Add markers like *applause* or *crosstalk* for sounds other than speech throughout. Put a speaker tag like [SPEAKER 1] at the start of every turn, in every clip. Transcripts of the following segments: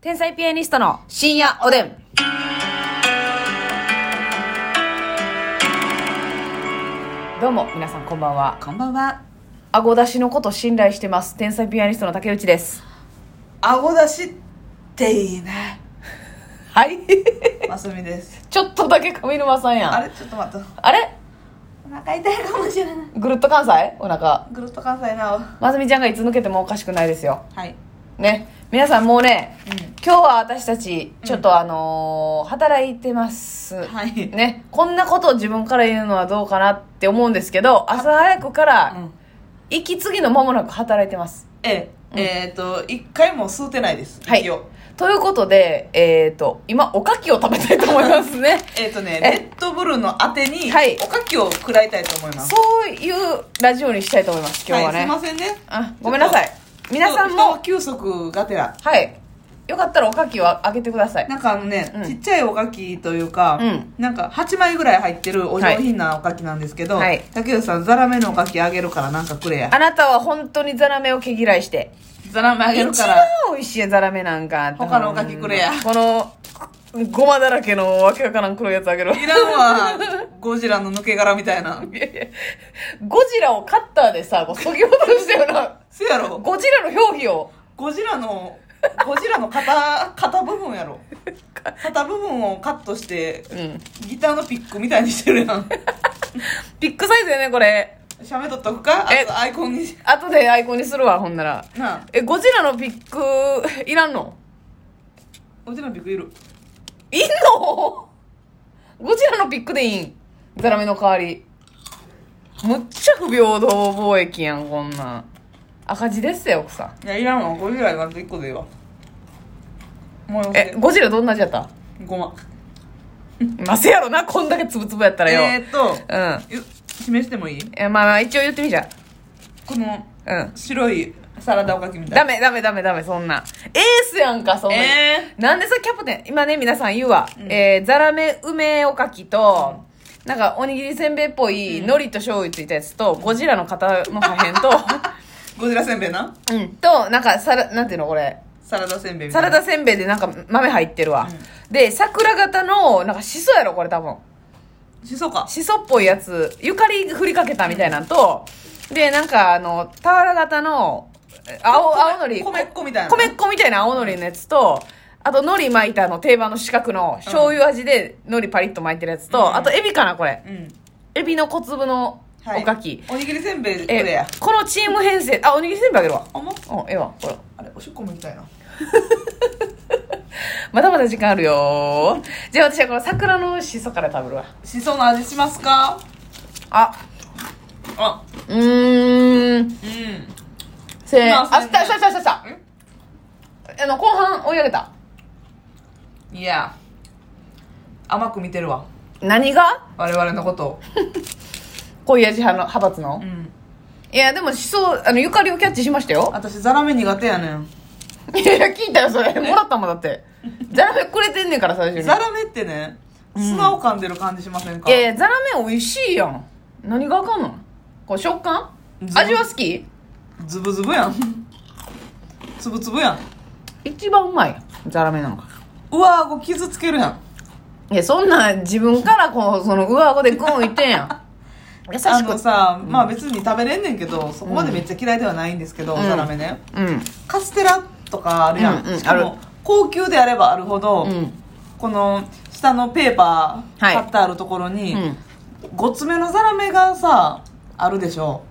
[SPEAKER 1] 天才ピアニストの深夜おでん。どうも、皆さんこんばんは。
[SPEAKER 2] こんばんは。
[SPEAKER 1] 顎出しのこと信頼してます。天才ピアニストの竹内です。
[SPEAKER 2] 顎出しっていいね。
[SPEAKER 1] はい。
[SPEAKER 2] マスミです。
[SPEAKER 1] *laughs* ちょっとだけ上沼さんやん。
[SPEAKER 2] あ
[SPEAKER 1] あれ
[SPEAKER 2] れちょっと待って。お腹痛いかもしれない。
[SPEAKER 1] ぐるっと関西お腹。
[SPEAKER 2] グルッと関西な
[SPEAKER 1] まずみちゃんがいつ抜けてもおかしくないですよ。
[SPEAKER 2] お。はい。
[SPEAKER 1] ね。皆さんもうね、
[SPEAKER 2] うん。
[SPEAKER 1] 今日は私たち、ちょっとあのー働いてます。
[SPEAKER 2] はい。
[SPEAKER 1] ね、こんなことを自分から言うのはどうかなって思うんですけど朝早くか
[SPEAKER 2] う
[SPEAKER 1] ら
[SPEAKER 2] ん。
[SPEAKER 1] 息継ぎの間もなく働いてます
[SPEAKER 2] え
[SPEAKER 1] うん
[SPEAKER 2] え、えっと、一回も吸うてないです。
[SPEAKER 1] はい
[SPEAKER 2] 息を
[SPEAKER 1] ということで、えー、と今おかきを食べたいと思います
[SPEAKER 2] *laughs*
[SPEAKER 1] ね
[SPEAKER 2] えっとね、
[SPEAKER 1] え
[SPEAKER 2] レッドブルの当てに、
[SPEAKER 1] はい
[SPEAKER 2] おかきを食らいたいと思います。
[SPEAKER 1] そういうラジオにしたいと思います今日はね、
[SPEAKER 2] い、すいませんね。
[SPEAKER 1] あごめんなさい皆さん
[SPEAKER 2] 人の
[SPEAKER 1] も
[SPEAKER 2] 休息がてら。
[SPEAKER 1] はいよかったらおかきをあげてください
[SPEAKER 2] なんかあのね、
[SPEAKER 1] うん
[SPEAKER 2] ちっちゃいおかきというか、
[SPEAKER 1] うん
[SPEAKER 2] なんか8枚ぐらい入ってるお上品なおかきなんですけど、
[SPEAKER 1] はい
[SPEAKER 2] 竹内さんザラメのおかきあげるからなんかくれや
[SPEAKER 1] あなたは本当にザラメを毛嫌いして
[SPEAKER 2] ザラメあげる
[SPEAKER 1] 一
[SPEAKER 2] か
[SPEAKER 1] 番
[SPEAKER 2] ら
[SPEAKER 1] 美味しいザラメなんか
[SPEAKER 2] 他のおかきくれや
[SPEAKER 1] このごまだらけのわけわからん黒いやつあげるわ
[SPEAKER 2] いらんわゴジラの抜け殻みたいない
[SPEAKER 1] やいやゴジラをカッターでさ、こう削ぎ落としたよな。
[SPEAKER 2] せやろ
[SPEAKER 1] ゴジラの表皮を。
[SPEAKER 2] ゴジラのゴジラの肩肩部分やろ肩部分をカットして
[SPEAKER 1] うん。
[SPEAKER 2] ギターのピックみたいにしてるやん
[SPEAKER 1] ピックサイズやね、これ。
[SPEAKER 2] しゃべっとっとくかあ
[SPEAKER 1] え
[SPEAKER 2] とアイコンに
[SPEAKER 1] 後でアイコンにするわ、ほんなら。
[SPEAKER 2] なあ
[SPEAKER 1] え、ゴジラのピック、いらんの
[SPEAKER 2] ゴジラのピックいる
[SPEAKER 1] いんのゴジラのピックでいいん。ザラメの代わり。むっちゃ不平等貿易やん、こんなん。赤字ですよ、奥さん。
[SPEAKER 2] いやいらんわゴジラなんて1個でいいわもうよ
[SPEAKER 1] え、ゴジラどんな味やった
[SPEAKER 2] ごま
[SPEAKER 1] まあせやろな、こんだけつぶつぶやったらよ。
[SPEAKER 2] えーっ
[SPEAKER 1] う
[SPEAKER 2] と
[SPEAKER 1] ん。
[SPEAKER 2] ゆ示してもいい
[SPEAKER 1] え、まあまあ、一応言ってみじゃ
[SPEAKER 2] この
[SPEAKER 1] ん。うん。
[SPEAKER 2] 白いサラダおかきみたい
[SPEAKER 1] ダ
[SPEAKER 2] な
[SPEAKER 1] メダメダメダメそんなエースやんかそんな、
[SPEAKER 2] え
[SPEAKER 1] なんでさキャプテン今ね皆さん言うわ、
[SPEAKER 2] ん
[SPEAKER 1] えー、ザラメ梅おかきと、なんかおにぎりせんべいっぽい海苔と醤油ついたやつと、ゴジラの型の破片
[SPEAKER 2] *laughs* ゴジラせんべいな
[SPEAKER 1] とうんとなんかサラなんていうのこれ
[SPEAKER 2] サラダせんべいみた
[SPEAKER 1] サ
[SPEAKER 2] いな
[SPEAKER 1] ラダせんべいでなんか豆入ってるわ、で桜型のなんかしそやろこれ多分
[SPEAKER 2] しそか
[SPEAKER 1] しそっぽいやつゆかり振りかけたみたいなんと、でなんかあの俵型のえ青青のり
[SPEAKER 2] 米っ子みたいな
[SPEAKER 1] 米っ子みたいな青のりのやつと、あと海苔巻いたあの定番の四角の醤油味で海苔パリッと巻いてるやつと、
[SPEAKER 2] うん
[SPEAKER 1] あとエビかなこれ
[SPEAKER 2] うん
[SPEAKER 1] エビの小粒の
[SPEAKER 2] はい
[SPEAKER 1] おかき、
[SPEAKER 2] おにぎりせんべいこ
[SPEAKER 1] え
[SPEAKER 2] れや
[SPEAKER 1] このチーム編成あおにぎり全部あげるわ
[SPEAKER 2] あんま
[SPEAKER 1] うんええわほら
[SPEAKER 2] あれおしっこも行きたいな
[SPEAKER 1] まだまだ時間あるよーじゃあ私はこの桜のしそから食べるわ
[SPEAKER 2] しその味しますか
[SPEAKER 1] あ
[SPEAKER 2] あ
[SPEAKER 1] うーん
[SPEAKER 2] うん
[SPEAKER 1] せー
[SPEAKER 2] ま
[SPEAKER 1] あ
[SPEAKER 2] あ
[SPEAKER 1] 明日明日明日明日
[SPEAKER 2] ん
[SPEAKER 1] あの後半追い上げた
[SPEAKER 2] いや甘く見てるわ
[SPEAKER 1] 何が
[SPEAKER 2] 我々のことを
[SPEAKER 1] 濃い味派の派閥の、
[SPEAKER 2] うん
[SPEAKER 1] いやでもしそあのゆかりをキャッチしましたよ
[SPEAKER 2] 私ザラメ苦手やねん
[SPEAKER 1] *laughs* いやいや聞いたよそれもらったもんだってザラメくれてんねんから最初に
[SPEAKER 2] ザラメってね砂を噛んでる感じしませんか
[SPEAKER 1] いやいやザラメ美味しいやん何があかんのこう食感
[SPEAKER 2] ず
[SPEAKER 1] 味は好き
[SPEAKER 2] ズブズブやんつぶつぶやん
[SPEAKER 1] 一番うまいザラメなんか
[SPEAKER 2] 上顎傷つけるやん
[SPEAKER 1] いやそんなん自分からこうその上顎でグーンいってんやん *laughs* 優しく
[SPEAKER 2] あのさ、まあ別に食べれんねんけどそこまでめっちゃ嫌いではないんですけど、
[SPEAKER 1] うん
[SPEAKER 2] ザラメね
[SPEAKER 1] うん
[SPEAKER 2] カステラとかあるやん、
[SPEAKER 1] うんうん
[SPEAKER 2] しか
[SPEAKER 1] あ
[SPEAKER 2] も
[SPEAKER 1] る
[SPEAKER 2] 高級であればあるほど、
[SPEAKER 1] うん
[SPEAKER 2] この下のペーパー
[SPEAKER 1] はい
[SPEAKER 2] 貼ってあるところに、
[SPEAKER 1] うん
[SPEAKER 2] ごつめのザラメがさあるでしょ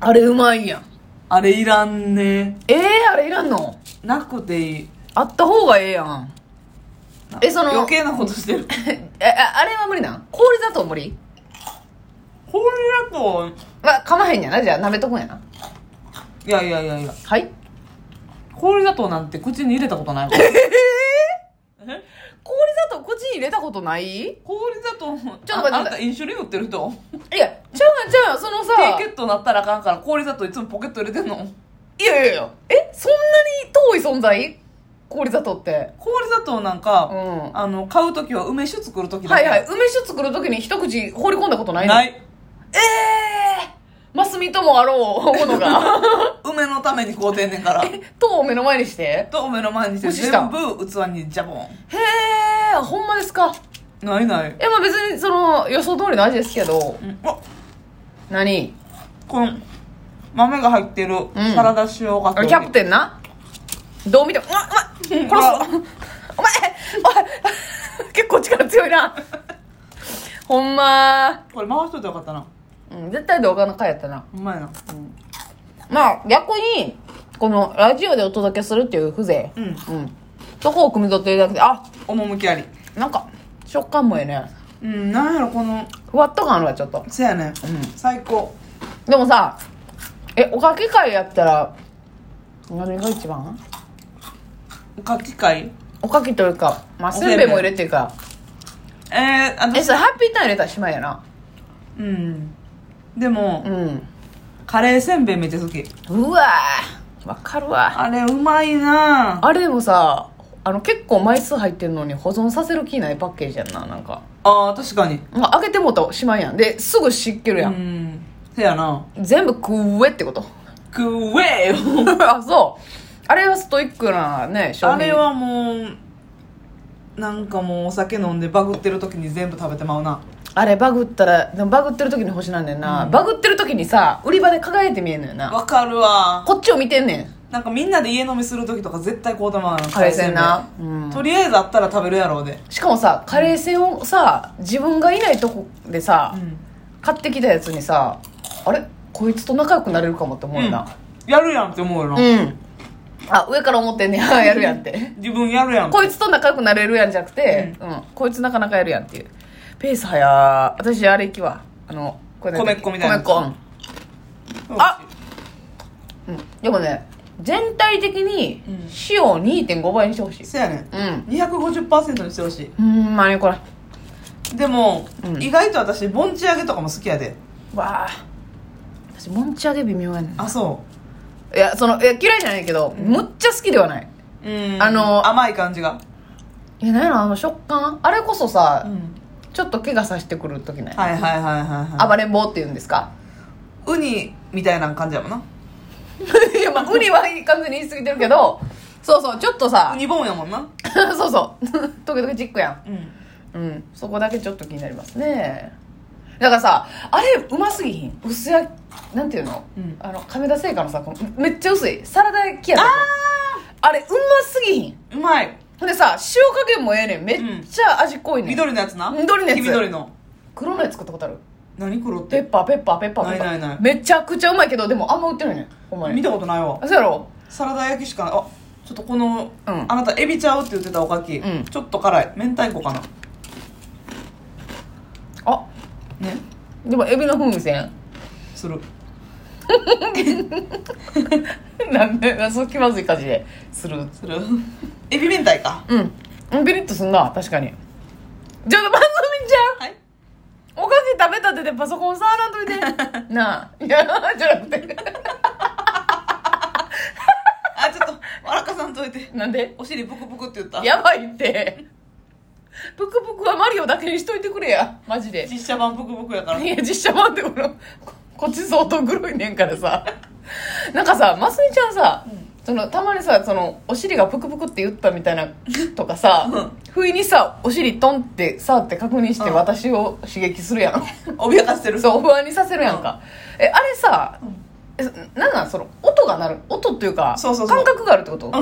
[SPEAKER 1] あれうまいやん
[SPEAKER 2] あれいらんね
[SPEAKER 1] えー、あれいらんの
[SPEAKER 2] なくていい
[SPEAKER 1] あった方がええやん
[SPEAKER 2] な
[SPEAKER 1] えその
[SPEAKER 2] 余計なことしてる
[SPEAKER 1] *laughs* えああれは無理なん氷砂糖無理
[SPEAKER 2] これだと
[SPEAKER 1] はかまへんやなじゃあ鍋とくんやない
[SPEAKER 2] やいやいやいや
[SPEAKER 1] はい
[SPEAKER 2] 氷砂糖なんて口に入れたこ
[SPEAKER 1] *laughs*
[SPEAKER 2] とないわえ
[SPEAKER 1] 氷砂糖口に入れたことないい
[SPEAKER 2] 氷砂糖ちょっ
[SPEAKER 1] と
[SPEAKER 2] と
[SPEAKER 1] 待って
[SPEAKER 2] ああなた飲酒に乗ってる人
[SPEAKER 1] やちゃうやんちゃうやんそのさ
[SPEAKER 2] 低血糖なったらあかんから氷砂糖いつもポケット入れてんの
[SPEAKER 1] いやいやいやえそんなに遠い存在氷砂糖って
[SPEAKER 2] 氷砂糖なん
[SPEAKER 1] う
[SPEAKER 2] か、
[SPEAKER 1] んは
[SPEAKER 2] あの買う時は梅酒作る時
[SPEAKER 1] い
[SPEAKER 2] だけ
[SPEAKER 1] はい梅酒作る時に一口放り込んだことないの
[SPEAKER 2] ない
[SPEAKER 1] ええー、マスミともあろうもの *laughs* が
[SPEAKER 2] 梅のために買うてんねんから
[SPEAKER 1] え塔を目の前にして
[SPEAKER 2] と梅の前にして
[SPEAKER 1] 無視した
[SPEAKER 2] 全部器にジャボン
[SPEAKER 1] へえほんまですか
[SPEAKER 2] ないない、
[SPEAKER 1] えまあ別にその予想通りの味ですけど
[SPEAKER 2] うん、あ
[SPEAKER 1] 何
[SPEAKER 2] この豆が入ってる
[SPEAKER 1] ん
[SPEAKER 2] サラダ塩が
[SPEAKER 1] あれキャプテンなどう見てもうわうわ殺す
[SPEAKER 2] うん
[SPEAKER 1] ぞお前 *laughs* おい結構力強いなほんま
[SPEAKER 2] これ回しといたらよかったな
[SPEAKER 1] うん絶対動画の回やったな
[SPEAKER 2] うまいな
[SPEAKER 1] まあ逆にこのラジオでお届けするっていう風情
[SPEAKER 2] うん
[SPEAKER 1] うんそこを汲み取っていただくてあ
[SPEAKER 2] 趣あり
[SPEAKER 1] なんか食感もええね
[SPEAKER 2] うんなんやろこの
[SPEAKER 1] ふわっと感あるわちょっと
[SPEAKER 2] せやね、
[SPEAKER 1] うん
[SPEAKER 2] 最高
[SPEAKER 1] でもさえおかけ会やったら何が一番
[SPEAKER 2] かき会
[SPEAKER 1] おかきというか、まあ、
[SPEAKER 2] おせん
[SPEAKER 1] せ
[SPEAKER 2] べい
[SPEAKER 1] んべいも入れてるから
[SPEAKER 2] えー、あ
[SPEAKER 1] えそれハッピーターン入れたらしまいやな
[SPEAKER 2] うんでも、
[SPEAKER 1] うん
[SPEAKER 2] カレーせんべいめっちゃ好き
[SPEAKER 1] うわーわかるわ
[SPEAKER 2] あれうまいなあ
[SPEAKER 1] あれでもさあの結構枚数入ってるのに保存させる気ないパッケージやんななんか、
[SPEAKER 2] あー確かに
[SPEAKER 1] まあ、開けてもうたらしまいやんですぐ湿気るや、
[SPEAKER 2] うんんせやな
[SPEAKER 1] 全部食えってこと *laughs*
[SPEAKER 2] くえよ
[SPEAKER 1] あそうあれはストイックなね商品
[SPEAKER 2] あれはもうなんかもうお酒飲んでバグってる時に全部食べてまうな
[SPEAKER 1] あれバグったらでもバグってる時に星なんねんな、
[SPEAKER 2] うん
[SPEAKER 1] バグってる時にさ売り場で輝いて見えんのよな
[SPEAKER 2] わかるわ
[SPEAKER 1] こっちを見てんねん
[SPEAKER 2] なんかみんなで家飲みする時とか絶対こうたまうな
[SPEAKER 1] カレーせんな、うん、
[SPEAKER 2] とりあえずあったら食べるやろうで
[SPEAKER 1] しかもさカレーせんをさ自分がいないとこでさ、
[SPEAKER 2] ん
[SPEAKER 1] 買ってきたやつにさあれこいつと仲良くなれるかもって思うよな
[SPEAKER 2] やるやんって思う
[SPEAKER 1] う、
[SPEAKER 2] よなん
[SPEAKER 1] あ上から思ってんね *laughs* ややるやんって
[SPEAKER 2] 自分やるやん
[SPEAKER 1] こいつと仲良くなれるやんじゃなくて、うんこいつなかなかやるやんっていうペース早ー私あれ行きわあのこれ
[SPEAKER 2] 米っ子みたいなや
[SPEAKER 1] 米
[SPEAKER 2] つ
[SPEAKER 1] っ子うんあうんでもね全体的に
[SPEAKER 2] うん
[SPEAKER 1] 塩を2.5倍にしてほしい
[SPEAKER 2] せやねん
[SPEAKER 1] うん
[SPEAKER 2] 250%にしてほし
[SPEAKER 1] うーんまあねこれ
[SPEAKER 2] いでも、
[SPEAKER 1] うん
[SPEAKER 2] 意外と私盆地揚げとかも好きやで
[SPEAKER 1] わあ私もんち揚げ微妙やねん
[SPEAKER 2] あそ
[SPEAKER 1] いやそのいや嫌いじゃないけど、むっちゃ好きではないう
[SPEAKER 2] うん
[SPEAKER 1] あの
[SPEAKER 2] 甘い感じが
[SPEAKER 1] いや何やろあの食感あれこそさ、
[SPEAKER 2] うん
[SPEAKER 1] ちょっと怪我さしてくる時ない、
[SPEAKER 2] はいはいはいはいは
[SPEAKER 1] 暴れん坊って言うんですか *laughs*
[SPEAKER 2] いウニみたいな感じやもんない
[SPEAKER 1] やまあウニは完全に言い過ぎてるけどそうそうちょっと
[SPEAKER 2] ウ
[SPEAKER 1] さ
[SPEAKER 2] ニボンやもんな
[SPEAKER 1] *laughs* そうそう時々チックやん
[SPEAKER 2] うん
[SPEAKER 1] うん、そこだけちょっと気になりますねだからさあれうますぎひん薄焼きなんていうの,、
[SPEAKER 2] うん
[SPEAKER 1] あの亀田製菓のさこのめっちゃ薄いサラダ焼きやああれうますぎひん
[SPEAKER 2] うまい
[SPEAKER 1] ほんでさ塩加減もええねんめっちゃ味濃いねん、
[SPEAKER 2] 緑のやつな
[SPEAKER 1] 緑のやつ
[SPEAKER 2] 黄緑の
[SPEAKER 1] 黒のやつ作ったことある
[SPEAKER 2] 何黒っ
[SPEAKER 1] ペ
[SPEAKER 2] て
[SPEAKER 1] ッパーペッパーペッパーペッパー
[SPEAKER 2] ないないない
[SPEAKER 1] めちゃくちゃうまいけどでもあんま売ってないねんほんま
[SPEAKER 2] 見
[SPEAKER 1] に
[SPEAKER 2] たことないわ
[SPEAKER 1] あそうやろ
[SPEAKER 2] サラダ焼きしかないあちょっとこの、
[SPEAKER 1] うん
[SPEAKER 2] あなたエビちゃうって言ってたおかき、
[SPEAKER 1] うん
[SPEAKER 2] ちょっと辛い明太子かな
[SPEAKER 1] あ
[SPEAKER 2] ね
[SPEAKER 1] でもエビの風味せん *laughs*
[SPEAKER 2] する
[SPEAKER 1] なんでなそう気まずい感じでする
[SPEAKER 2] する *laughs* エビ明太か
[SPEAKER 1] うんピリッとすんな確かにちょっと番組ちゃん
[SPEAKER 2] はい
[SPEAKER 1] おかき食べたてでパソコン触らんといてなあいやじゃなくて
[SPEAKER 2] あちょっと笑かさんといて
[SPEAKER 1] なんで
[SPEAKER 2] お尻ブクブクって言った
[SPEAKER 1] やばいってぷくぷくはマリオだけにしといてくれやマジで
[SPEAKER 2] 実写版ブクブクやから
[SPEAKER 1] いや実写版ってこのここっち相当グロいねんからさなんかさますみちゃんさ、そのたまにさそのお尻がぷくぷくって言ったみたいなとかさ、
[SPEAKER 2] う
[SPEAKER 1] 不意にさお尻トンって触って確認して
[SPEAKER 2] うん
[SPEAKER 1] 私を刺激するやん
[SPEAKER 2] 脅かしてる
[SPEAKER 1] そう不安にさせるやんか、えあれさ、えなんなんその音が鳴る音っていうか
[SPEAKER 2] そうそうそう
[SPEAKER 1] 感覚があるってこと
[SPEAKER 2] う、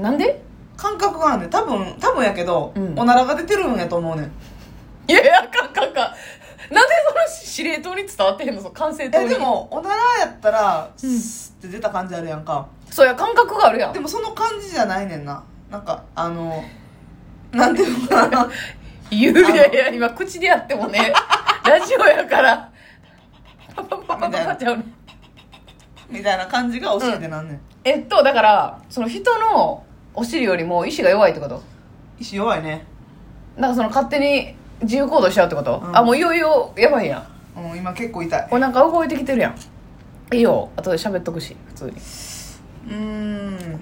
[SPEAKER 2] ん
[SPEAKER 1] なんで
[SPEAKER 2] 感覚があんねん多分多分やけど、
[SPEAKER 1] うん
[SPEAKER 2] おならが出てるんやと思うねん
[SPEAKER 1] いやいやあかんあかんあかんなんでその司令塔に伝わってへんのその管制塔に
[SPEAKER 2] えでもおならやったら、
[SPEAKER 1] うん
[SPEAKER 2] スッって出た感じあるやんか
[SPEAKER 1] そうや感覚があるやん
[SPEAKER 2] でもその感じじゃないねんななんかあのなんていうのかな
[SPEAKER 1] いやいやいや今口でやってもねラジオやからパパパパパパちゃうね
[SPEAKER 2] みたいな感じがお尻でなんねん、
[SPEAKER 1] えっとだからその人のお尻よりも意志が弱いってこと
[SPEAKER 2] 意志弱いね
[SPEAKER 1] なんかその勝手に自由行動しちゃうってこと、
[SPEAKER 2] うん
[SPEAKER 1] あもういよいよやばいやん
[SPEAKER 2] もうん今結構痛い
[SPEAKER 1] お腹動いてきてるやんいいよ後で喋っとくし普通
[SPEAKER 2] うーん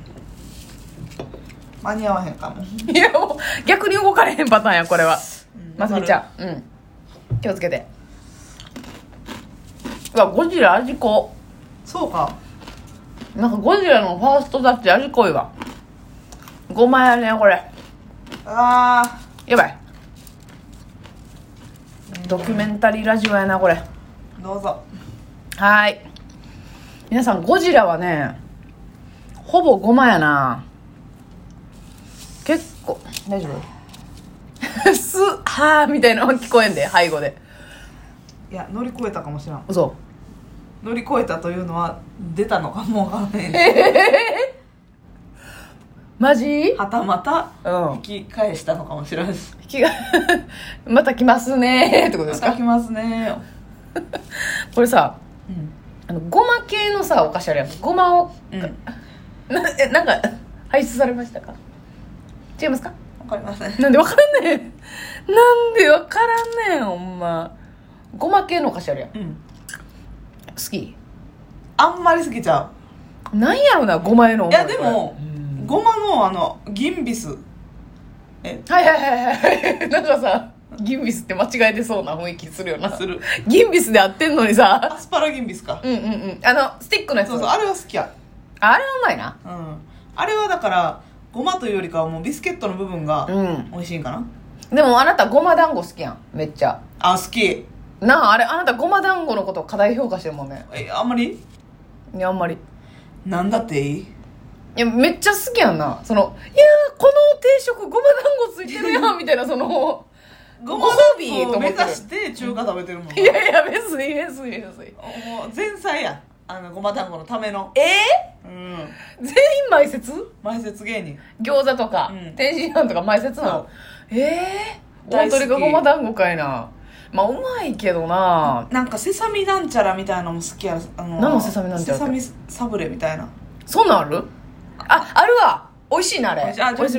[SPEAKER 2] 間に合わへんかも
[SPEAKER 1] に *laughs* いやもう逆に動かれへんパターンやこれは
[SPEAKER 2] うん
[SPEAKER 1] ますみちゃんうん気をつけてやゴジラ味濃
[SPEAKER 2] そうか
[SPEAKER 1] なんかゴジラのファーストタッチ味濃いわ5枚やねこれ
[SPEAKER 2] ああ
[SPEAKER 1] やばいドキュメンタリーラジオやなこれは
[SPEAKER 2] どうぞ
[SPEAKER 1] ーい皆さんゴジラはねほぼ5枚やな結構大丈夫 *laughs* すはーみたいなのが聞こえんで背後で
[SPEAKER 2] いや乗り越えたかもしらん
[SPEAKER 1] 嘘
[SPEAKER 2] 乗り越えたというのは出たのかもわからない
[SPEAKER 1] マジ
[SPEAKER 2] はたまた
[SPEAKER 1] うん
[SPEAKER 2] 引き返したのかもしらんし
[SPEAKER 1] 引きが *laughs* また来ますねーってことです
[SPEAKER 2] いただ
[SPEAKER 1] か
[SPEAKER 2] きますね
[SPEAKER 1] これさ
[SPEAKER 2] うん
[SPEAKER 1] あのごま系のさお菓子あるやんごまを
[SPEAKER 2] うん
[SPEAKER 1] なえなんか排出されましたか違いますか
[SPEAKER 2] わかりません
[SPEAKER 1] なんでわからんねんなんでわからんねんほんまごま系のお菓子あるやん好
[SPEAKER 2] うん
[SPEAKER 1] き
[SPEAKER 2] あんまり好きちゃ
[SPEAKER 1] なんやろなごまへの
[SPEAKER 2] う
[SPEAKER 1] 思
[SPEAKER 2] いや
[SPEAKER 1] こ
[SPEAKER 2] で
[SPEAKER 1] れ
[SPEAKER 2] も
[SPEAKER 1] うん
[SPEAKER 2] ごまのあのギンビスえ
[SPEAKER 1] はいはいはいはいなんかさギンビスって間違えてそうな雰囲気するよな
[SPEAKER 2] する
[SPEAKER 1] ギンビスで合ってんのにさ
[SPEAKER 2] アスパラギンビスか
[SPEAKER 1] うんうんうんあのスティックのやつ
[SPEAKER 2] そうそうあれは好きや
[SPEAKER 1] あれはうまいな
[SPEAKER 2] うんあれはだからごまというよりかはもうビスケットの部分が
[SPEAKER 1] うん
[SPEAKER 2] 美味しいんかな
[SPEAKER 1] でもあなたごま団子好きやんめっちゃ
[SPEAKER 2] あ好き
[SPEAKER 1] なああれあなたごま団子のことを過大評価してるもんね
[SPEAKER 2] えあんまり
[SPEAKER 1] いやあんまり
[SPEAKER 2] なんだっていい
[SPEAKER 1] いやめっちゃ好きやんなそのいやーこの定食ごま団子ついてるや
[SPEAKER 2] *laughs*
[SPEAKER 1] んみたいなその
[SPEAKER 2] ご
[SPEAKER 1] ま
[SPEAKER 2] ま
[SPEAKER 1] だん
[SPEAKER 2] 団
[SPEAKER 1] ご
[SPEAKER 2] 子
[SPEAKER 1] を
[SPEAKER 2] を
[SPEAKER 1] 目
[SPEAKER 2] 目
[SPEAKER 1] 指
[SPEAKER 2] 指
[SPEAKER 1] し
[SPEAKER 2] して中華食べてるもん
[SPEAKER 1] いやいや別に別に別に
[SPEAKER 2] もう前菜やあのごま団子のための
[SPEAKER 1] え
[SPEAKER 2] うん
[SPEAKER 1] ー、全員埋設
[SPEAKER 2] 前説芸人
[SPEAKER 1] 餃子とか、
[SPEAKER 2] うん
[SPEAKER 1] 天津飯とか埋設なのえー、大鳥が
[SPEAKER 2] 大好
[SPEAKER 1] ご
[SPEAKER 2] き
[SPEAKER 1] ま団子かいなまあうまいけどな
[SPEAKER 2] なんかセサミなんちゃらみたいなのも好きやあの
[SPEAKER 1] 何のセサミなんちゃら
[SPEAKER 2] セサミサブレみたいな
[SPEAKER 1] そんなんあるああるわ美味しいなあれ
[SPEAKER 2] 美味しいあじゃあ
[SPEAKER 1] 美味しい